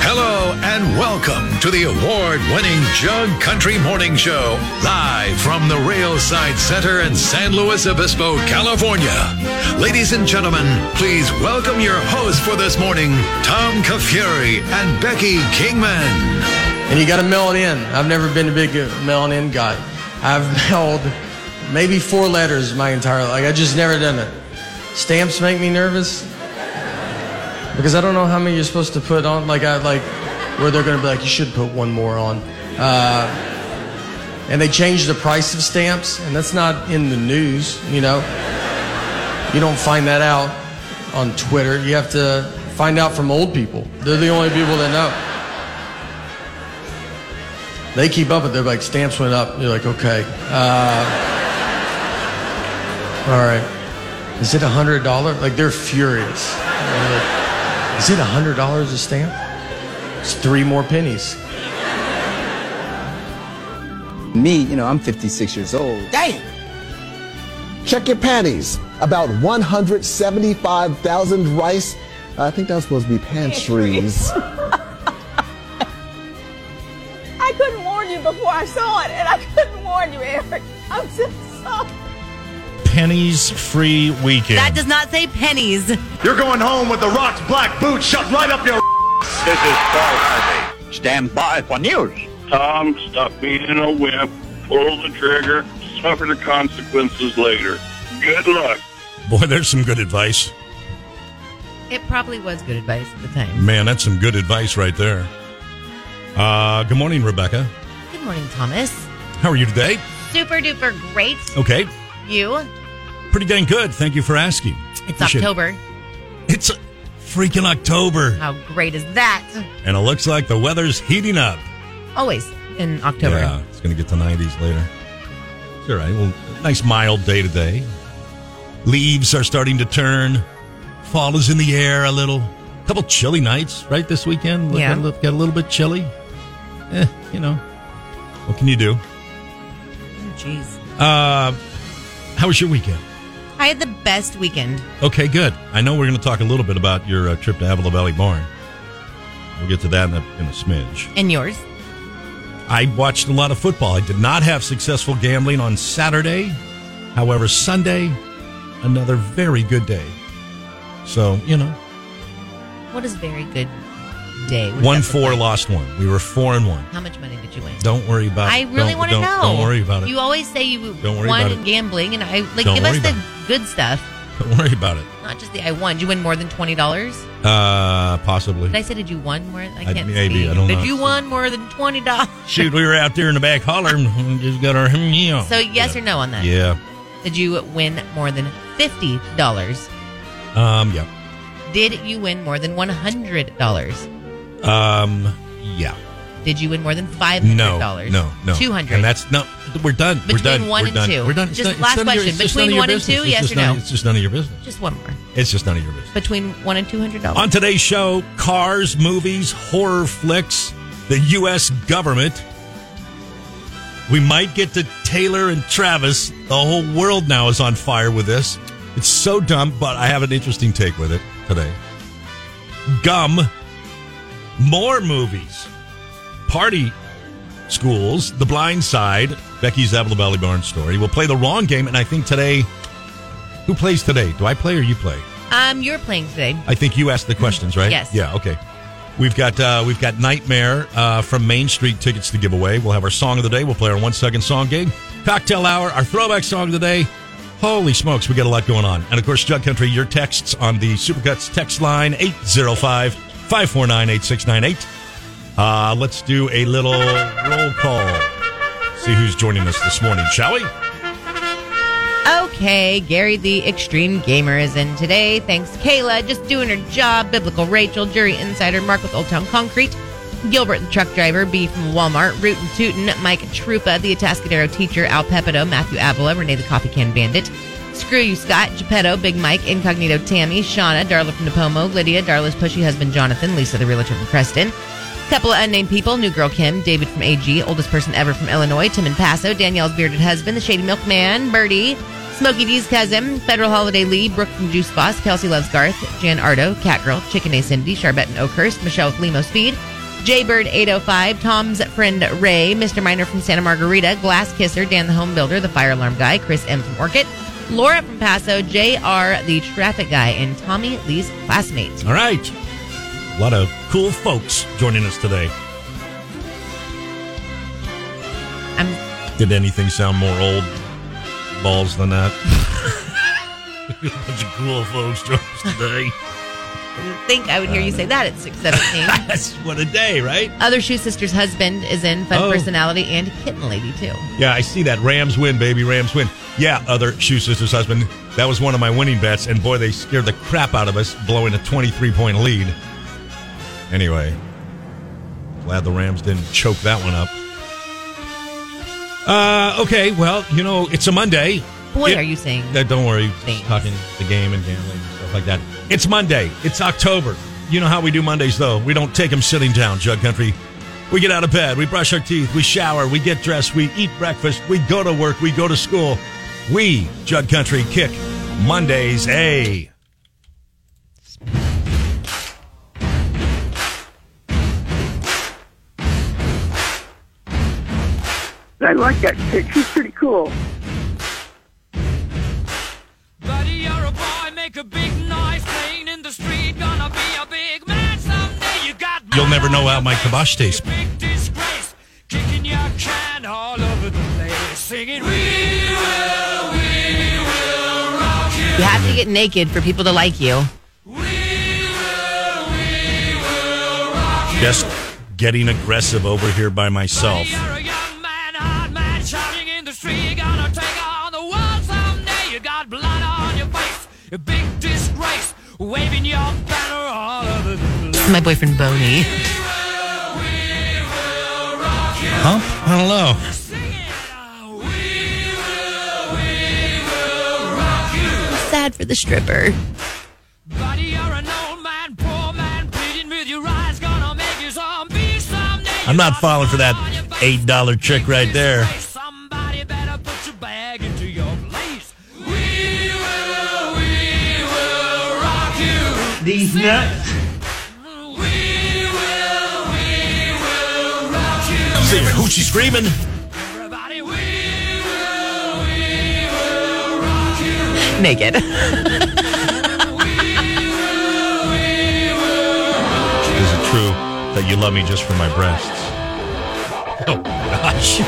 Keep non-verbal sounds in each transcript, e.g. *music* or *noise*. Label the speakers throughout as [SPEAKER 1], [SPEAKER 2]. [SPEAKER 1] Hello and welcome to the award winning Jug Country Morning Show, live from the Railside Center in San Luis Obispo, California. Ladies and gentlemen, please welcome your hosts for this morning, Tom Kafuri and Becky Kingman.
[SPEAKER 2] and you got to mail it in. I've never been a big uh, mailing in guy. I've *laughs* mailed maybe four letters my entire life. I just never done it. Stamps make me nervous because I don't know how many you're supposed to put on. Like I like where they're gonna be like you should put one more on. Uh, and they changed the price of stamps, and that's not in the news. You know, you don't find that out on Twitter. You have to find out from old people. They're the only people that know they keep up with it. They're like, stamps went up. You're like, okay. Uh, all right. Is it a hundred dollar? Like they're furious. They're like, Is it a hundred dollars a stamp? It's three more pennies.
[SPEAKER 3] Me, you know, I'm 56 years old.
[SPEAKER 4] Damn.
[SPEAKER 5] Check your panties. About 175,000 rice. I think that was supposed to be pantries.
[SPEAKER 4] I couldn't warn you before I saw it, and I couldn't warn you, Eric. I'm just sorry.
[SPEAKER 6] pennies free weekend.
[SPEAKER 7] That does not say pennies.
[SPEAKER 8] You're going home with the Rock's black boots shut right up your.
[SPEAKER 9] This is Paul Harvey. Stand by for news.
[SPEAKER 10] Tom, stop being a wimp, pull the trigger, suffer the consequences later. Good luck.
[SPEAKER 6] Boy, there's some good advice.
[SPEAKER 7] It probably was good advice at the time.
[SPEAKER 6] Man, that's some good advice right there. Uh, good morning, Rebecca.
[SPEAKER 7] Good morning, Thomas.
[SPEAKER 6] How are you today?
[SPEAKER 7] Super duper great.
[SPEAKER 6] Okay,
[SPEAKER 7] You.
[SPEAKER 6] pretty dang good. Thank you for asking.
[SPEAKER 7] It's
[SPEAKER 6] Appreciate it.
[SPEAKER 7] October.
[SPEAKER 6] It's freaking October,
[SPEAKER 7] How great is that?
[SPEAKER 6] and it looks like the weather's heating up.
[SPEAKER 7] Always in October.
[SPEAKER 6] Yeah, it's going to get to 90s later. It's all right. Well, nice mild day today. Leaves are starting to turn. Fall is in the air a little. couple chilly nights, right, this weekend? Look-
[SPEAKER 7] Yeah.
[SPEAKER 6] Got a, little, got a little bit chilly. Eh, you know, what can you do?
[SPEAKER 7] Oh, Jeez.
[SPEAKER 6] Uh, how was your weekend?
[SPEAKER 7] I had the best weekend.
[SPEAKER 6] Okay, good. I know we're going to talk a little bit about your uh, trip to Avila Valley Barn. We'll get to that in a, in a smidge.
[SPEAKER 7] And yours?
[SPEAKER 6] I watched a lot of football. I did not have successful gambling on Saturday. However, Sunday, another very good day. So, you know,
[SPEAKER 7] What is very good day? What does
[SPEAKER 6] one
[SPEAKER 7] that look
[SPEAKER 6] four
[SPEAKER 7] like?
[SPEAKER 6] lost one. We were four and one.
[SPEAKER 7] How much money did you win?
[SPEAKER 6] Don't worry about
[SPEAKER 7] I
[SPEAKER 6] it.
[SPEAKER 7] really
[SPEAKER 6] Don't-
[SPEAKER 7] want to
[SPEAKER 6] don't-
[SPEAKER 7] know.
[SPEAKER 6] Don't worry about it.
[SPEAKER 7] You always say you
[SPEAKER 6] Don't worry
[SPEAKER 7] won
[SPEAKER 6] about
[SPEAKER 7] in
[SPEAKER 6] it.
[SPEAKER 7] gambling, and I like
[SPEAKER 6] Don't
[SPEAKER 7] give us
[SPEAKER 6] worry
[SPEAKER 7] the
[SPEAKER 6] about
[SPEAKER 7] good stuff,
[SPEAKER 6] *laughs* Don't worry about it.
[SPEAKER 7] not just the I won. Did you win more than twenty dollars?
[SPEAKER 6] Uh, possibly.
[SPEAKER 7] Did I say did you won more? I
[SPEAKER 6] I-
[SPEAKER 7] can't
[SPEAKER 6] maybe.
[SPEAKER 7] speak.
[SPEAKER 6] I don't
[SPEAKER 7] did
[SPEAKER 6] know.
[SPEAKER 7] you won more than twenty dollars?
[SPEAKER 6] Shoot, we were out there in the back holler and *laughs* just got our. hmm, Oh, Yeah.
[SPEAKER 7] So yes or no on that?
[SPEAKER 6] Yeah.
[SPEAKER 7] Did you win more than fifty dollars?
[SPEAKER 6] Um, yeah.
[SPEAKER 7] Did you win more than one hundred dollars?
[SPEAKER 6] Um, yeah.
[SPEAKER 7] Did you win more than five
[SPEAKER 6] No,
[SPEAKER 7] hundred dollars?
[SPEAKER 6] no, no.
[SPEAKER 7] Two hundred.
[SPEAKER 6] And that's no. We're done. we're
[SPEAKER 7] Between
[SPEAKER 6] done.
[SPEAKER 7] one
[SPEAKER 6] we're
[SPEAKER 7] and
[SPEAKER 6] done.
[SPEAKER 7] two.
[SPEAKER 6] We're done. It's
[SPEAKER 7] Just
[SPEAKER 6] not- it's
[SPEAKER 7] last
[SPEAKER 6] none of your-
[SPEAKER 7] question.
[SPEAKER 6] it's just none
[SPEAKER 7] Between
[SPEAKER 6] of your
[SPEAKER 7] one and
[SPEAKER 6] business.
[SPEAKER 7] two,
[SPEAKER 6] It's
[SPEAKER 7] yes
[SPEAKER 6] just
[SPEAKER 7] or
[SPEAKER 6] none-
[SPEAKER 7] no?
[SPEAKER 6] It's just none of your business.
[SPEAKER 7] Just one more.
[SPEAKER 6] It's just none of your business.
[SPEAKER 7] Between one and two hundred dollars.
[SPEAKER 6] On today's show, cars, movies, horror flicks, the U.S. government. We might get to Taylor and Travis. The whole world now is on fire with this. It's so dumb, but I have an interesting take with it today. Gum, more movies, party schools, The Blind Side, Becky's Avila Valley Barn story. We'll play the wrong game, and I think today, who plays today? Do I play or you play?
[SPEAKER 7] Um, you're playing today.
[SPEAKER 6] I think you asked the questions, right?
[SPEAKER 7] Yes.
[SPEAKER 6] Yeah. Okay. We've got uh, we've got Nightmare uh, from Main Street tickets to give away. We'll have our song of the day. We'll play our one second song gig, cocktail hour, our throwback song of the day. Holy smokes, we got a lot going on. And of course, Jug Country, your texts on the Supercuts text line 805 549 8698. Uh, Let's do a little roll call. See who's joining us this morning, shall we?
[SPEAKER 7] Okay, Gary the Extreme Gamer is in today. Thanks, Kayla. Just doing her job. Biblical Rachel, Jury Insider, Mark with Old Town Concrete, Gilbert the Truck Driver, B from Walmart, Root and Tootin', Mike Trupa, the Atascadero Teacher, Al Pepito, Matthew Avila, Renee the Coffee Can Bandit, Screw You Scott, Geppetto, Big Mike, Incognito Tammy, Shauna, Darla from Napomo, Lydia, Darla's pushy husband Jonathan, Lisa the realtor from Creston, couple of unnamed people, New Girl Kim, David from AG, oldest person ever from Illinois, Tim in Paso, Danielle's bearded husband, the shady milkman, Birdie, Smokey D's cousin, Federal Holiday Lee, Brooke from Juice Boss, Kelsey Loves Garth, Jan Ardo, Catgirl, Chicken A Cindy, Charbette and Oakhurst, Michelle with Limo Speed, Jaybird 805, Tom's friend Ray, Mr. Miner from Santa Margarita, Glass Kisser, Dan the Home Builder, the Fire Alarm Guy, Chris M from Orchid, Laura from Paso, JR the Traffic Guy, and Tommy Lee's classmates.
[SPEAKER 6] All right. A lot of cool folks joining us today.
[SPEAKER 7] I'm
[SPEAKER 6] Did anything sound more old balls than *laughs* that? Bunch of cool folks joining us today.
[SPEAKER 7] didn't think I would hear you say that at
[SPEAKER 6] *laughs*
[SPEAKER 7] 617.
[SPEAKER 6] *laughs* That's what a day, right?
[SPEAKER 7] Other Shoe Sisters' husband is in Fun
[SPEAKER 6] Oh.
[SPEAKER 7] Personality and Kitten Lady, too.
[SPEAKER 6] Yeah, I see that. Rams win, baby. Rams win. Yeah, other Shoe Sisters husband. That was one of my winning bets, and boy, they scared the crap out of us, blowing a 23 point lead. Anyway, glad the Rams didn't choke that one up. Uh, okay, well, you know, it's a Monday.
[SPEAKER 7] Boy,
[SPEAKER 6] It-
[SPEAKER 7] are you saying.
[SPEAKER 6] Uh, don't worry. Just
[SPEAKER 7] Thanks.
[SPEAKER 6] talking the game and gambling and stuff like that. It's Monday. It's October. You know how we do Mondays, though. We don't take them sitting down, Jug Country. We get out of bed. We brush our teeth. We shower. We get dressed. We eat breakfast. We go to work. We go to school. We, Jug Country, kick Mondays. A.
[SPEAKER 11] I like that chick. She's pretty cool.
[SPEAKER 12] Buddy, you're a boy, make a big noise, playing in the street, gonna be a big man someday. You got
[SPEAKER 6] You'll never know how my kibosh tastes.
[SPEAKER 12] big disgrace, kicking your can all over the place, singing, We will, we will rock you.
[SPEAKER 7] You have to get naked for people to like you.
[SPEAKER 6] Just getting aggressive over here by myself.
[SPEAKER 12] You're a young man, hard man, shouting in the street, gonna take on the world someday. You got blood on your face, a big disgrace, waving your banner all over the place.
[SPEAKER 7] My boyfriend, Boney.
[SPEAKER 6] Huh? I don't know.
[SPEAKER 7] Sad for the stripper.
[SPEAKER 12] Buddy, you're an old man, poor man, pleading with your eyes, gonna make you zombie someday.
[SPEAKER 6] I'm not falling for that $8 trick right there.
[SPEAKER 12] Somebody better put your bag into your place. We will, we will rock you.
[SPEAKER 13] These nuts.
[SPEAKER 12] We will, we will rock you.
[SPEAKER 6] See your hoochie screaming.
[SPEAKER 12] Everybody, we will, we will rock you.
[SPEAKER 7] Naked.
[SPEAKER 6] Is it true that you love me just for my breasts? *laughs* Oh, gosh.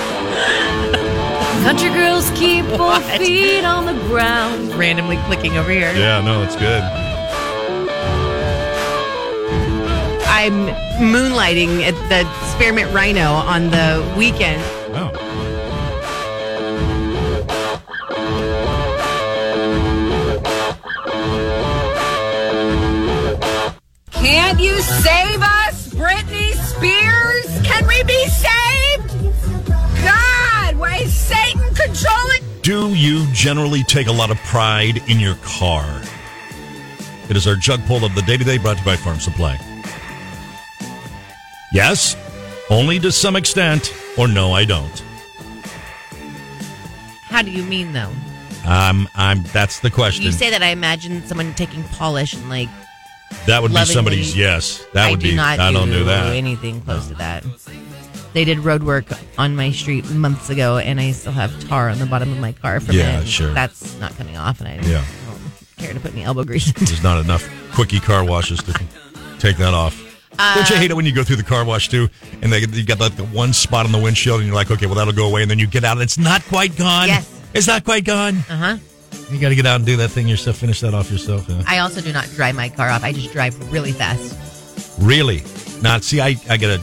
[SPEAKER 14] *laughs* Country girls
[SPEAKER 7] *laughs*
[SPEAKER 14] keep both feet on the ground.
[SPEAKER 7] Randomly clicking over here.
[SPEAKER 6] Yeah, no, it's good.
[SPEAKER 7] I'm moonlighting at the Spearmint Rhino on the weekend.
[SPEAKER 6] Oh.
[SPEAKER 15] Can't you save us, Britney Spears? Can we be saved? God, why is Satan controlling?
[SPEAKER 6] Do you generally take a lot of pride in your car? It is our jug pull of the day today brought to you by Farm Supply. Yes, only to some extent, or no, I don't.
[SPEAKER 7] How do you mean, though?
[SPEAKER 6] Um, I'm. That's the question.
[SPEAKER 7] You say that I imagine someone taking polish and like.
[SPEAKER 6] that would be
[SPEAKER 7] lovingly-
[SPEAKER 6] somebody's yes. That
[SPEAKER 7] I
[SPEAKER 6] would
[SPEAKER 7] do
[SPEAKER 6] be.
[SPEAKER 7] Not
[SPEAKER 6] I don't do that.
[SPEAKER 7] Anything close to that. They did road work on my street months ago, and I still have tar on the bottom of my car from
[SPEAKER 6] Yeah,
[SPEAKER 7] it. and
[SPEAKER 6] sure.
[SPEAKER 7] That's not coming off, and I don't,
[SPEAKER 6] Yeah.
[SPEAKER 7] don't care to put any
[SPEAKER 6] *laughs*
[SPEAKER 7] elbow grease.
[SPEAKER 6] There's not enough quickie car washes to take that off.
[SPEAKER 7] Uh,
[SPEAKER 6] Don't you hate it when you go through the car wash too, and they you got like the one spot on the windshield, and you're like, okay, well that'll go away, and then you get out, and it's not quite gone.
[SPEAKER 7] Yes.
[SPEAKER 6] it's not quite gone.
[SPEAKER 7] Uh huh.
[SPEAKER 6] You got to get out and do that thing yourself. Finish that off yourself. huh?
[SPEAKER 7] I also do not dry my car off. I just drive really fast.
[SPEAKER 6] Really? Not see. I I gotta.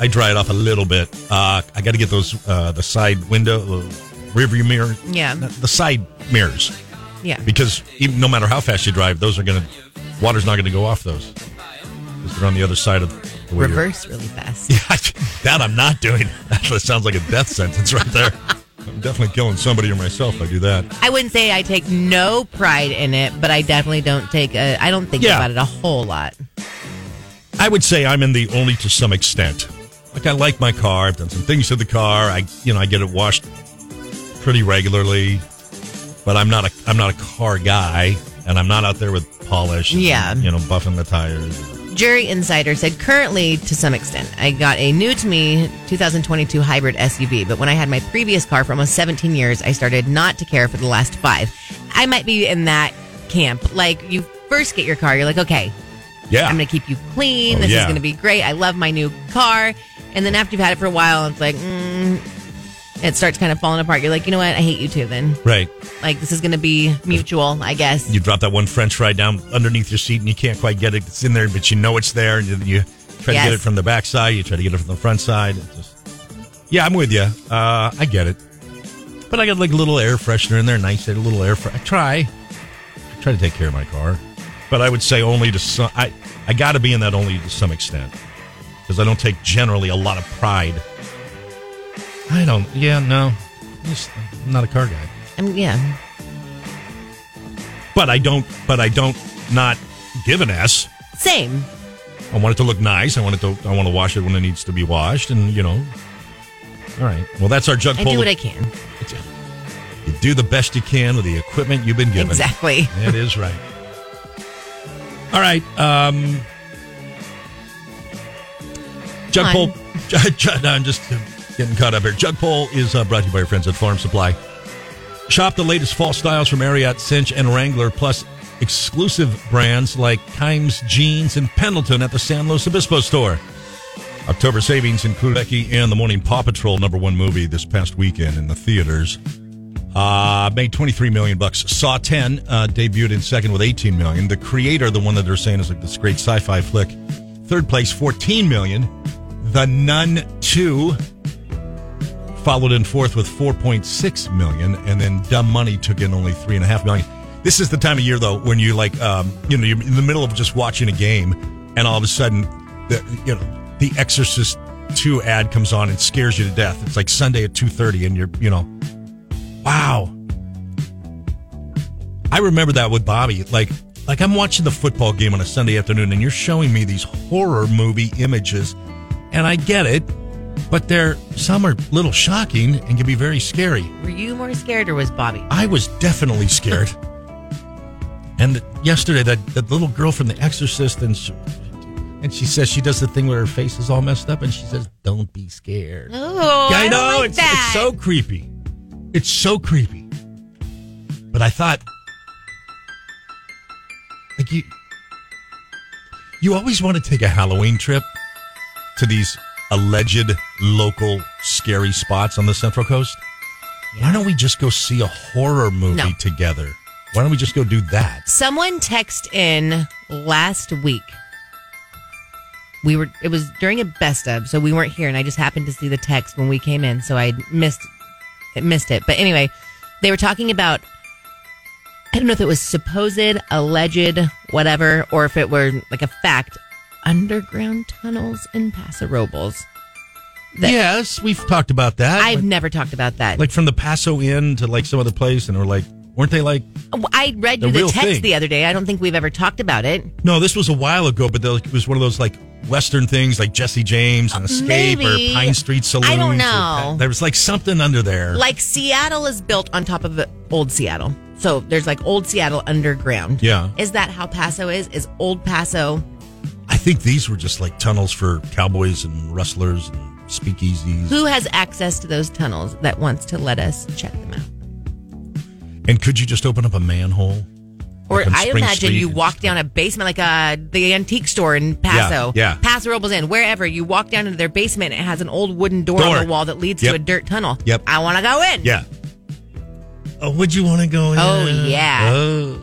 [SPEAKER 6] I dry it off a little bit. Uh, I got to get those uh, the side window, the rear view mirror.
[SPEAKER 7] Yeah.
[SPEAKER 6] not- The side mirrors.
[SPEAKER 7] Yeah.
[SPEAKER 6] Because even, no matter how fast you drive, those are gonna water's not gonna go off those. 'Cause they're on the other side of the way you're- *laughs*
[SPEAKER 7] Reverse really fast.
[SPEAKER 6] Yeah, I- that I'm not doing. That sounds like a death sentence right there. I'm definitely killing somebody or myself. if I do that.
[SPEAKER 7] I wouldn't say I take no pride in it, but I definitely don't take. A, I don't think
[SPEAKER 6] Yeah.
[SPEAKER 7] about it a whole lot.
[SPEAKER 6] I would say I'm in the only to some extent. Like I like my car. I've done some things to the car. I you know I get it washed pretty regularly, but I'm not a I'm not a car guy, and I'm not out there with polish. and,
[SPEAKER 7] Yeah.
[SPEAKER 6] you know, buffing the tires.
[SPEAKER 7] Jury Insider said, currently, to some extent, I got a new to me 2022 hybrid SUV, but when I had my previous car for almost 17 years, I started not to care for the last five. I might be in that camp. Like, you first get your car, you're like, okay,
[SPEAKER 6] Yeah,
[SPEAKER 7] I'm going to keep you clean.
[SPEAKER 6] Oh,
[SPEAKER 7] this is
[SPEAKER 6] yeah.
[SPEAKER 7] going to be great. I love my new car. And then after you've had it for a while, it's like, mm, it starts kind of falling apart. You're like, you know what? I hate you too then.
[SPEAKER 6] right.
[SPEAKER 7] Like, this is going to be mutual, I guess.
[SPEAKER 6] You drop that one French fry down underneath your seat, and you can't quite get it. It's in there, but you know it's there, and you, you try to
[SPEAKER 7] Yes.
[SPEAKER 6] get it from the back side. You try to get it from the front side. It's just, yeah, I'm with you. Uh, I get it, but I got like a little air freshener in there, nice a little air. Fre- I try, I try to take care of my car, but I would say only to some. I I got to be in that only to some extent because I don't take generally a lot of pride. I don't. Yeah, no, just, I'm not a car guy
[SPEAKER 7] I'm, yeah.
[SPEAKER 6] but I don't. But I don't not give an s.
[SPEAKER 7] Same.
[SPEAKER 6] I want it to look nice. I want it to. I want to wash it when it needs to be washed, and you know. All right. Well, that's our jug
[SPEAKER 7] I
[SPEAKER 6] pull.
[SPEAKER 7] do what I can.
[SPEAKER 6] You do the best you can with the equipment you've been given.
[SPEAKER 7] Exactly.
[SPEAKER 6] That is right. All right. Um, jug
[SPEAKER 7] Fun.
[SPEAKER 6] pull. *laughs* Jug, jug, no, I'm just uh, getting caught up here. Jug pull is uh, brought to you by our friends at Farm Supply. Shop the latest fall styles from Marriott, Cinch, and Wrangler, plus exclusive brands like Kimes Jeans and Pendleton at the San Luis Obispo store. October savings include Becky and the Morning Paw Patrol number one movie this past weekend in the theaters. Uh, made 23 million bucks. Saw 10 uh, debuted in second with 18 million. The Creator, the one that they're saying is like this great sci-fi flick, third place 14 million. The Nun 2 followed in fourth with 4.6 million, and then Dumb Money took in only three and a half million. This is the time of year though when you like, um, you know, you're in the middle of just watching a game, and all of a sudden, the you know, The Exorcist 2 ad comes on and scares you to death. It's like Sunday at 2:30, and you're you know, wow. I remember that with Bobby. Like, like I'm watching the football game on a Sunday afternoon, and you're showing me these horror movie images, and I get it, but they're some are a little shocking and can be very scary.
[SPEAKER 7] Were you more scared or was Bobby?
[SPEAKER 6] I was definitely scared. *laughs* and yesterday, that that little girl from The Exorcist, and she, and she says she does the thing where her face is all messed up, and she says, "Don't be scared."
[SPEAKER 7] Oh,
[SPEAKER 6] Yeah, I
[SPEAKER 7] don't
[SPEAKER 6] know
[SPEAKER 7] like
[SPEAKER 6] it's,
[SPEAKER 7] that.
[SPEAKER 6] it's so creepy. It's so creepy. But I thought, like you, you always want to take a Halloween trip to these alleged local scary spots on the Central Coast. Why don't we just go see a horror movie
[SPEAKER 7] No.
[SPEAKER 6] together? Why don't we just go do that?
[SPEAKER 7] Someone text in last week. We were it was during a best of, so we weren't here, and I just happened to see the text when we came in, so I missed it missed it. But anyway, they were talking about I don't know if it was supposed, alleged, whatever, or if it were like a fact, underground tunnels in Paso Robles. That-
[SPEAKER 6] yes, we've talked about that.
[SPEAKER 7] I've never talked about that.
[SPEAKER 6] like from the Paso Inn to like some other place, and we're like, weren't they like
[SPEAKER 7] I read
[SPEAKER 6] the
[SPEAKER 7] you the
[SPEAKER 6] real
[SPEAKER 7] text
[SPEAKER 6] thing.
[SPEAKER 7] the other day. I don't think we've ever talked about it.
[SPEAKER 6] No, this was a while ago, but there- it was one of those like Western things, like Jesse James and Escape
[SPEAKER 7] maybe.
[SPEAKER 6] or Pine Street Saloon.
[SPEAKER 7] I don't know.
[SPEAKER 6] There was like something under there.
[SPEAKER 7] Like Seattle is built on top of the old Seattle. So there's like old Seattle underground.
[SPEAKER 6] yeah,
[SPEAKER 7] Is that how Paso is? Is old Paso?
[SPEAKER 6] I think these were just like tunnels for cowboys and wrestlers and speakeasies.
[SPEAKER 7] Who has access to those tunnels that wants to let us check them out?
[SPEAKER 6] And could you just open up a manhole?
[SPEAKER 7] Or
[SPEAKER 6] Like on
[SPEAKER 7] I
[SPEAKER 6] Spring
[SPEAKER 7] imagine
[SPEAKER 6] Street
[SPEAKER 7] you
[SPEAKER 6] and-
[SPEAKER 7] walk down a basement, like uh, the antique store in Paso,
[SPEAKER 6] yeah.
[SPEAKER 7] Paso Robles Inn, wherever you walk down into their basement, it has an old wooden door,
[SPEAKER 6] Door.
[SPEAKER 7] on the wall that leads
[SPEAKER 6] Yep.
[SPEAKER 7] to a dirt tunnel.
[SPEAKER 6] Yep.
[SPEAKER 7] I want to go in.
[SPEAKER 6] Yeah. Oh, would you want to go in?
[SPEAKER 7] Oh, yeah.
[SPEAKER 6] Oh.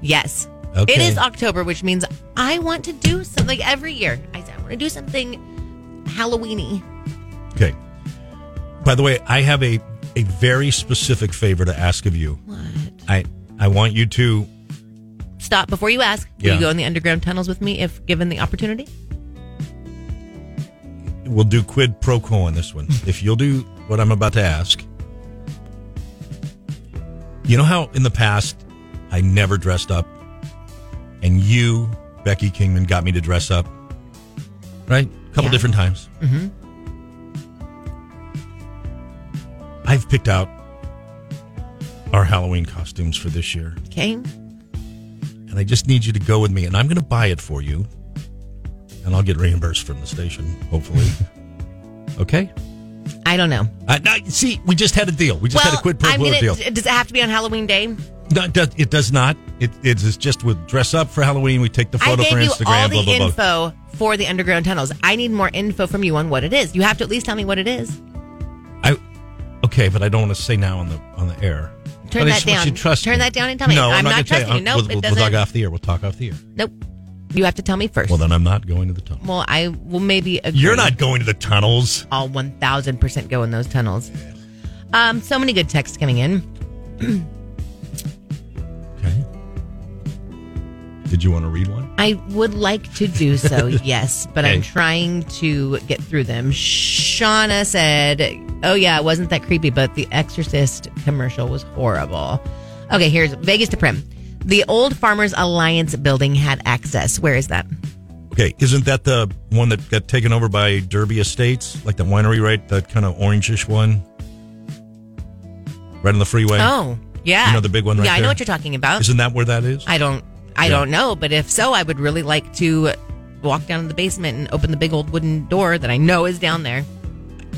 [SPEAKER 7] Yes.
[SPEAKER 6] Okay.
[SPEAKER 7] It is October, which means I want to do something like every year. I, I want to do something Halloweeny.
[SPEAKER 6] Okay. By the way, I have a a very specific favor to ask of you. What? I I want you to
[SPEAKER 7] Stop before you ask. Will
[SPEAKER 6] Yeah.
[SPEAKER 7] you go in the underground tunnels with me if given the opportunity? *laughs*
[SPEAKER 6] we'll do quid pro quo on this one. if you'll do what I'm about to ask, You know how in the past I never dressed up, and you, Becky Kingman, got me to dress up, right? A couple
[SPEAKER 7] Yeah.
[SPEAKER 6] different times.
[SPEAKER 7] Mm-hmm.
[SPEAKER 6] I've picked out our Halloween costumes for this year,
[SPEAKER 7] Okay.
[SPEAKER 6] and I just need you to go with me, and I'm going to buy it for you, and I'll get reimbursed from the station,
[SPEAKER 7] *laughs*
[SPEAKER 6] hopefully. okay.
[SPEAKER 7] I don't know.
[SPEAKER 6] Uh, now, see, we just had a deal. We just
[SPEAKER 7] well,
[SPEAKER 6] had a quid pro
[SPEAKER 7] I'm
[SPEAKER 6] quo
[SPEAKER 7] gonna-
[SPEAKER 6] deal.
[SPEAKER 7] Does it have to be on Halloween Day?
[SPEAKER 6] No, it does- it does not. It, it is just with dress up for Halloween. We take the
[SPEAKER 7] I
[SPEAKER 6] photo
[SPEAKER 7] gave
[SPEAKER 6] for
[SPEAKER 7] you
[SPEAKER 6] Instagram.
[SPEAKER 7] all
[SPEAKER 6] blah
[SPEAKER 7] the
[SPEAKER 6] blah blah.
[SPEAKER 7] info for the underground tunnels. I need more info from you on what it is. You have to at least tell me what it is.
[SPEAKER 6] I okay, but I don't want to say now on the on the air. But
[SPEAKER 7] Turn
[SPEAKER 6] I
[SPEAKER 7] that
[SPEAKER 6] just want
[SPEAKER 7] down.
[SPEAKER 6] you to trust
[SPEAKER 7] Turn
[SPEAKER 6] me.
[SPEAKER 7] that down and tell me.
[SPEAKER 6] No, not,
[SPEAKER 7] I'm not
[SPEAKER 6] gonna
[SPEAKER 7] trusting you.
[SPEAKER 6] tell
[SPEAKER 7] Nope,
[SPEAKER 6] We'll,
[SPEAKER 7] it
[SPEAKER 6] we'll, we'll
[SPEAKER 7] doesn't-
[SPEAKER 6] talk off the air. We'll talk off the air.
[SPEAKER 7] Nope. You have to tell me first.
[SPEAKER 6] Well, then I'm not going to the tunnel.
[SPEAKER 7] Well, I will maybe agree.
[SPEAKER 6] You're not going to the tunnels.
[SPEAKER 7] I'll 1000% go in those tunnels. Um, so many good texts coming in.
[SPEAKER 6] Did you want to read one?
[SPEAKER 7] I would like to
[SPEAKER 6] *laughs*
[SPEAKER 7] do so, yes, but I'm
[SPEAKER 6] Okay.
[SPEAKER 7] trying to get through them. Shauna said, Oh, yeah, it wasn't that creepy, but the Exorcist commercial was horrible. Okay, here's Vegas to Prim. The old Farmers Alliance building had access. Where is that?
[SPEAKER 6] Okay, isn't that the one that got taken over by Derby Estates, like the winery, right? That kind of orangish one, right on the freeway.
[SPEAKER 7] Oh, yeah.
[SPEAKER 6] You know the big one right
[SPEAKER 7] Yeah, I know
[SPEAKER 6] there?
[SPEAKER 7] what you're talking about.
[SPEAKER 6] Isn't that where that is?
[SPEAKER 7] I don't I
[SPEAKER 6] Yeah.
[SPEAKER 7] don't know, but if so, I would really like to walk down to the basement and open the big old wooden door that I know is down there.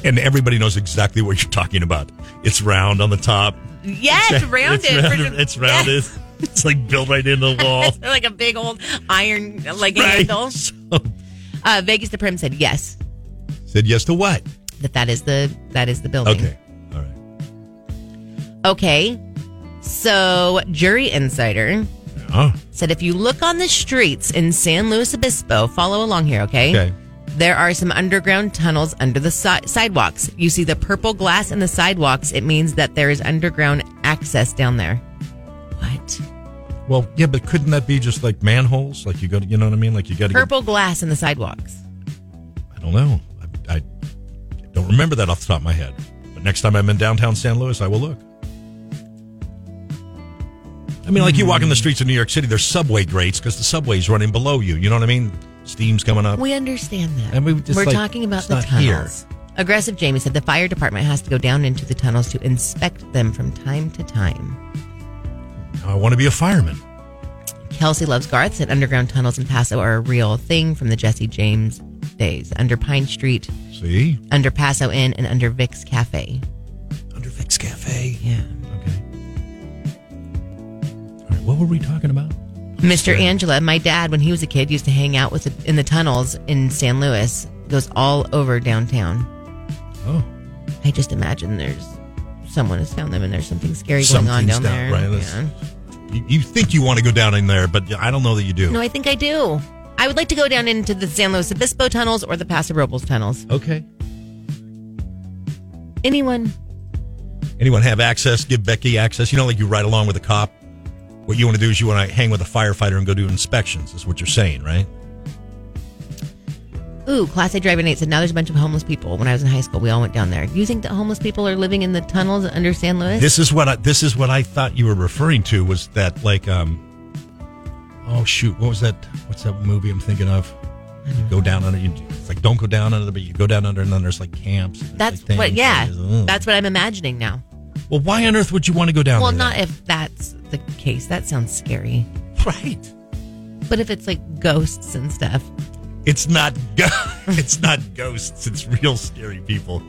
[SPEAKER 6] And everybody knows exactly what you're talking about. It's round on the top.
[SPEAKER 7] Yes,
[SPEAKER 6] It's-
[SPEAKER 7] rounded.
[SPEAKER 6] It's,
[SPEAKER 7] for
[SPEAKER 6] round,
[SPEAKER 7] the-
[SPEAKER 6] it's rounded.
[SPEAKER 7] *laughs*
[SPEAKER 6] It's like built right into the wall.
[SPEAKER 7] It's like a big old iron like
[SPEAKER 6] Right.
[SPEAKER 7] handle. Uh, Vegas the Prim said yes.
[SPEAKER 6] Said yes to what?
[SPEAKER 7] That that is the that is the building.
[SPEAKER 6] Okay.
[SPEAKER 7] Okay. So Jury Insider
[SPEAKER 6] Oh.
[SPEAKER 7] said if you look on the streets in San Luis Obispo, follow along here, okay?
[SPEAKER 6] Okay.
[SPEAKER 7] There are some underground tunnels under the si- sidewalks. You see the purple glass in the sidewalks. It means that there is underground access down there. What?
[SPEAKER 6] Well, yeah, but couldn't that be just like manholes? Like you go, to, you know what I mean? Like you got to.
[SPEAKER 7] Purple glass in the sidewalks.
[SPEAKER 6] I don't know. I, I don't remember that off the top of my head. But next time I'm in downtown San Luis, I will look. I mean, like you walk in the streets of New York City, there's subway grates because the subway's running below you. You know what I mean? Steam's coming up.
[SPEAKER 7] We understand that.
[SPEAKER 6] And we just,
[SPEAKER 7] are
[SPEAKER 6] like,
[SPEAKER 7] talking about
[SPEAKER 6] it's
[SPEAKER 7] the
[SPEAKER 6] not
[SPEAKER 7] tunnels. Aggressive Jamie said the fire department has to go down into the tunnels to inspect them from time to time.
[SPEAKER 6] I want to be a fireman.
[SPEAKER 7] Kelsey loves Garth said underground tunnels in Paso are a real thing from the Jesse James days under Pine Street,
[SPEAKER 6] See?
[SPEAKER 7] under Paso Inn, and under Vic's Cafe.
[SPEAKER 6] Under Vic's Cafe.
[SPEAKER 7] Yeah.
[SPEAKER 6] Okay. All right, what were we talking about?
[SPEAKER 7] Mr. Angela, my dad, when he was a kid, used to hang out with the, in the tunnels in San Luis. Goes all over downtown.
[SPEAKER 6] Oh.
[SPEAKER 7] I just imagine there's someone has found them and there's something scary going on
[SPEAKER 6] Something's
[SPEAKER 7] down, there.
[SPEAKER 6] Right? Let's- You, you think you want to go down in there, but I don't know that you do.
[SPEAKER 7] No, I think I do. I would like to go down into the San Luis Obispo tunnels or the Paso Robles tunnels.
[SPEAKER 6] Okay.
[SPEAKER 7] Anyone?
[SPEAKER 6] Anyone have access? Give Becky access. You know, like you ride along with a cop. What you want to do is you want to hang with a firefighter and go do inspections. Is what you're saying, right?
[SPEAKER 7] Ooh, Class A Driver Nate said now there's a bunch of homeless people. When I was in high school, we all went down there. You think that homeless people are living in the tunnels under San Luis?
[SPEAKER 6] This is what I, this is what I thought you were referring to was that like um oh shoot what was that what's that movie I'm thinking of you go down under you, it's like don't go down under but you go down under and then there's like camps and there's,
[SPEAKER 7] that's
[SPEAKER 6] like, things,
[SPEAKER 7] what, yeah.
[SPEAKER 6] and there's- ugh.
[SPEAKER 7] That's what I'm imagining now.
[SPEAKER 6] well why on earth would you want to go down
[SPEAKER 7] Well,
[SPEAKER 6] under
[SPEAKER 7] not
[SPEAKER 6] there?
[SPEAKER 7] if that's the case. That sounds scary.
[SPEAKER 6] *laughs* right
[SPEAKER 7] But if it's like ghosts and stuff,
[SPEAKER 6] it's not go- *laughs* it's not ghosts it's real scary people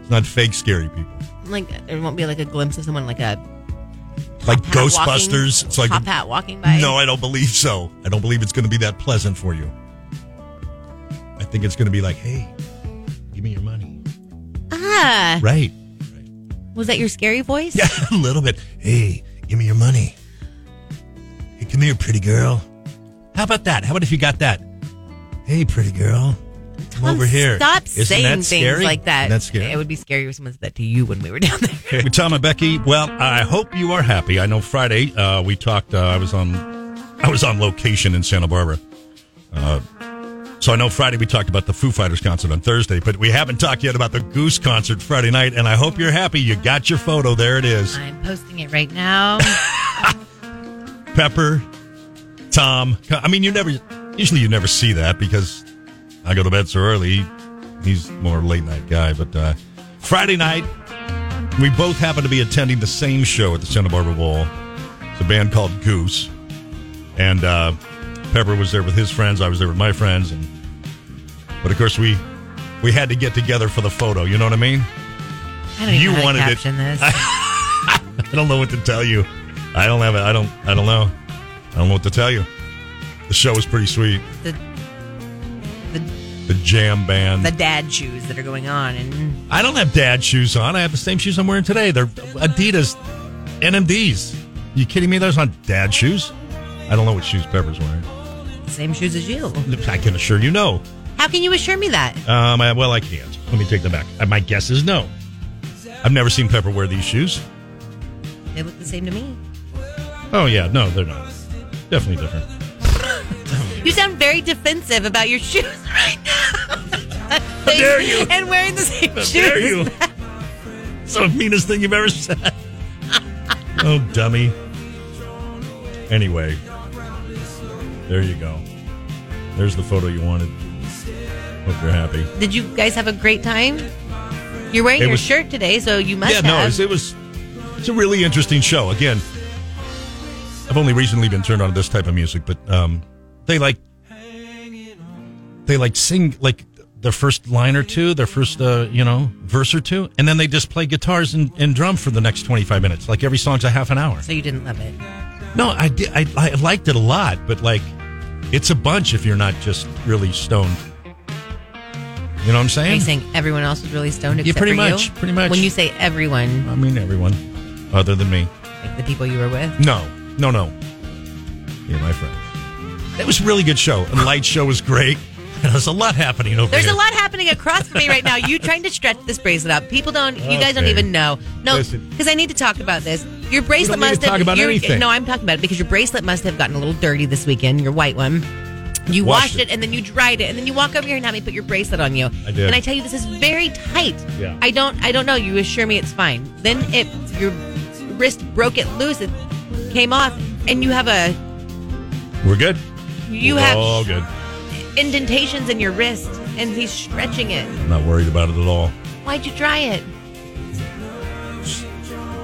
[SPEAKER 6] it's not fake scary people
[SPEAKER 7] like it won't be like a glimpse of someone like a
[SPEAKER 6] like
[SPEAKER 7] hat
[SPEAKER 6] Ghostbusters
[SPEAKER 7] walking-
[SPEAKER 6] it's like
[SPEAKER 7] top hat walking by.
[SPEAKER 6] no I don't believe so I don't believe it's going to be that pleasant for you I think it's going to be like hey give me your money.
[SPEAKER 7] ah.
[SPEAKER 6] Right. *laughs*
[SPEAKER 7] Was that your scary voice?
[SPEAKER 6] Yeah, a little bit. Hey, give me your money. Hey, come here, pretty girl. How about that? How about if you got that? Hey, pretty girl. Come
[SPEAKER 7] Tom,
[SPEAKER 6] over here.
[SPEAKER 7] Stop
[SPEAKER 6] Isn't
[SPEAKER 7] saying
[SPEAKER 6] that
[SPEAKER 7] things
[SPEAKER 6] scary?
[SPEAKER 7] like that.
[SPEAKER 6] Isn't that scary?
[SPEAKER 7] It would be scary if someone said that to you when we were
[SPEAKER 6] *laughs*
[SPEAKER 7] down there.
[SPEAKER 6] Hey, Tom and Becky. Well, I hope you are happy. I know Friday uh, we talked. Uh, I was on, I was on location in Santa Barbara, uh, So I know Friday we talked about the Foo Fighters concert on Thursday, but we haven't talked yet about the Goose concert Friday night. And I hope you're happy. You got your photo. There it is.
[SPEAKER 7] I'm posting it right now.
[SPEAKER 6] Pepper, Tom. I mean, you never. Usually, you never see that because I go to bed so early. He's more late night guy, but uh, Friday night we both happen to be attending the same show at the Santa Barbara Bowl. It's a band called Goose, and uh, Pepper was there with his friends. I was there with my friends, and but of course we we had to get together for the photo. You know what I mean?
[SPEAKER 7] I don't even know how to caption this.
[SPEAKER 6] I, don't know what to tell you. I don't have it. I don't. I don't know. I don't know what to tell you. The show was pretty sweet.
[SPEAKER 7] The- the-
[SPEAKER 6] the jam band.
[SPEAKER 7] the dad shoes that are going on, and
[SPEAKER 6] I don't have dad shoes on. I have the same shoes I'm wearing today. They're Adidas NMDs. You kidding me? Those aren't dad shoes. I don't know what shoes Pepper's wearing.
[SPEAKER 7] same shoes as you.
[SPEAKER 6] I can assure you, no.
[SPEAKER 7] How can you assure me that?
[SPEAKER 6] Um, I, well, I can't. Let me take them back. Uh, My guess is no. I've never seen Pepper wear these shoes.
[SPEAKER 7] They look the same to me.
[SPEAKER 6] Oh yeah, no, they're not. Definitely different.
[SPEAKER 7] You sound very defensive about your *laughs* shoes right now. How
[SPEAKER 6] dare you?
[SPEAKER 7] And wearing the same
[SPEAKER 6] How
[SPEAKER 7] shoes.
[SPEAKER 6] dare you? It's the meanest thing you've ever said. *laughs* oh, dummy. Anyway, there you go. There's the photo you wanted. Hope you're happy.
[SPEAKER 7] Did you guys have a great time? You're wearing
[SPEAKER 6] It
[SPEAKER 7] your
[SPEAKER 6] was-
[SPEAKER 7] shirt today, so you must
[SPEAKER 6] yeah,
[SPEAKER 7] have.
[SPEAKER 6] no, it was, it was it's a really interesting show. Again, I've only recently been turned on to this type of music, but um, they like they like sing like their first line or two, their first uh, you know verse or two, and then they just play guitars and, and drum for the next twenty five minutes. Like every song's a half an hour.
[SPEAKER 7] so you didn't love it.
[SPEAKER 6] No, I did. I, I liked it a lot, but like, it's a bunch if you're not just really stoned. You know what I'm
[SPEAKER 7] Are you
[SPEAKER 6] saying?
[SPEAKER 7] saying everyone else was really stoned
[SPEAKER 6] Yeah,
[SPEAKER 7] except
[SPEAKER 6] pretty
[SPEAKER 7] for
[SPEAKER 6] much,
[SPEAKER 7] you?
[SPEAKER 6] pretty much.
[SPEAKER 7] When you say everyone,
[SPEAKER 6] I mean everyone, other than me.
[SPEAKER 7] like the people you were with.
[SPEAKER 6] No, no, no. Yeah, my friend. It was a really good show. And light show was great. *laughs* And there's a lot happening over
[SPEAKER 7] There's
[SPEAKER 6] here.
[SPEAKER 7] a lot happening across from me right now. You trying to stretch this bracelet up? People don't. You guys don't
[SPEAKER 6] Okay.
[SPEAKER 7] even know. No,
[SPEAKER 6] Listen.
[SPEAKER 7] because I need to talk about this. Your bracelet
[SPEAKER 6] don't need to
[SPEAKER 7] must have.
[SPEAKER 6] talk about
[SPEAKER 7] your-
[SPEAKER 6] anything.
[SPEAKER 7] No, I'm talking about it because your bracelet must have gotten a little dirty this weekend. Your white one. You
[SPEAKER 6] Washed
[SPEAKER 7] washed,
[SPEAKER 6] it.
[SPEAKER 7] it. and then you dried it and then you walk over here and have me put your bracelet on you.
[SPEAKER 6] I did.
[SPEAKER 7] And I tell you this is very tight.
[SPEAKER 6] Yeah.
[SPEAKER 7] I don't. I don't know. You assure me it's fine. Then it your wrist broke it loose. It came off and you have a
[SPEAKER 6] We're good.
[SPEAKER 7] you
[SPEAKER 6] We're
[SPEAKER 7] have
[SPEAKER 6] all good.
[SPEAKER 7] indentations in your wrist and he's stretching it.
[SPEAKER 6] I'm not worried about it at all.
[SPEAKER 7] Why'd you dry it?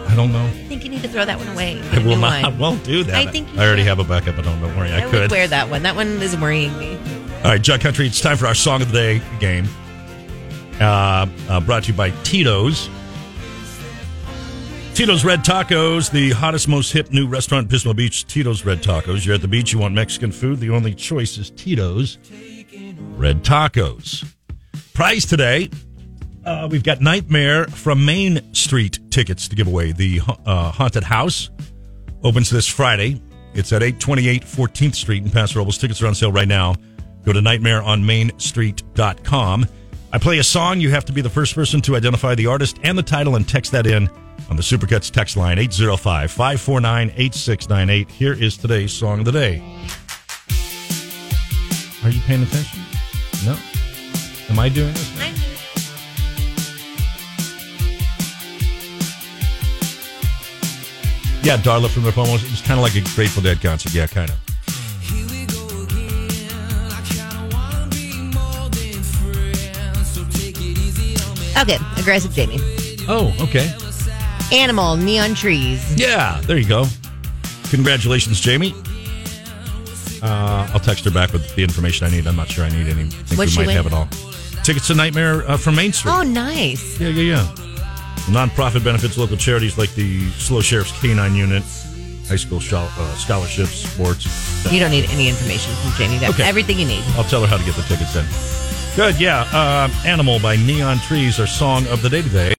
[SPEAKER 6] I don't know.
[SPEAKER 7] I think you need to throw that one away.
[SPEAKER 6] *laughs* I will
[SPEAKER 7] New
[SPEAKER 6] not. I
[SPEAKER 7] one.
[SPEAKER 6] won't do that.
[SPEAKER 7] I think you
[SPEAKER 6] I already
[SPEAKER 7] should.
[SPEAKER 6] have a backup at home. Don't worry. I,
[SPEAKER 7] I would
[SPEAKER 6] could.
[SPEAKER 7] wear that one. That one is worrying me.
[SPEAKER 6] All right, Jug Country, it's time for our Song of the Day game. Uh, uh, brought to you by Tito's. Tito's Red Tacos, the hottest, most hip new restaurant in Pismo Beach. Tito's Red Tacos. You're at the beach, you want Mexican food. The only choice is Tito's Red Tacos. Prize today uh, we've got Nightmare from Main Street tickets to give away. The uh, Haunted House opens this Friday. It's at 828 14th Street in Paso Robles. Tickets are on sale right now. Go to nightmareonmainstreet.com. I play a song. You have to be the first person to identify the artist and the title and text that in on the Supercuts text line 805 549 8698. Here is today's song of the day. Are you paying attention? No. Am I doing this? Yeah, Darla from the Promos. It was kind of like a Grateful Dead concert. Yeah, kind of.
[SPEAKER 7] Okay, aggressive Jamie.
[SPEAKER 6] Oh, okay.
[SPEAKER 7] Animal, neon trees.
[SPEAKER 6] Yeah, there you go. Congratulations, Jamie. Uh, I'll text her back with the information I need. I'm not sure I need any. I think
[SPEAKER 7] What'd she
[SPEAKER 6] we might
[SPEAKER 7] win?
[SPEAKER 6] have it all. Tickets to Nightmare uh, from Main Street.
[SPEAKER 7] Oh, nice.
[SPEAKER 6] Yeah, yeah, yeah. Nonprofit benefits local charities like the Slow Sheriff's Canine Unit, high school shol- uh, scholarships, sports.
[SPEAKER 7] You don't need any information from Jamie. That's
[SPEAKER 6] Okay.
[SPEAKER 7] everything you need.
[SPEAKER 6] I'll tell her how to get the tickets in. Good, yeah. Uh, Animal by Neon Trees, our song of the day today.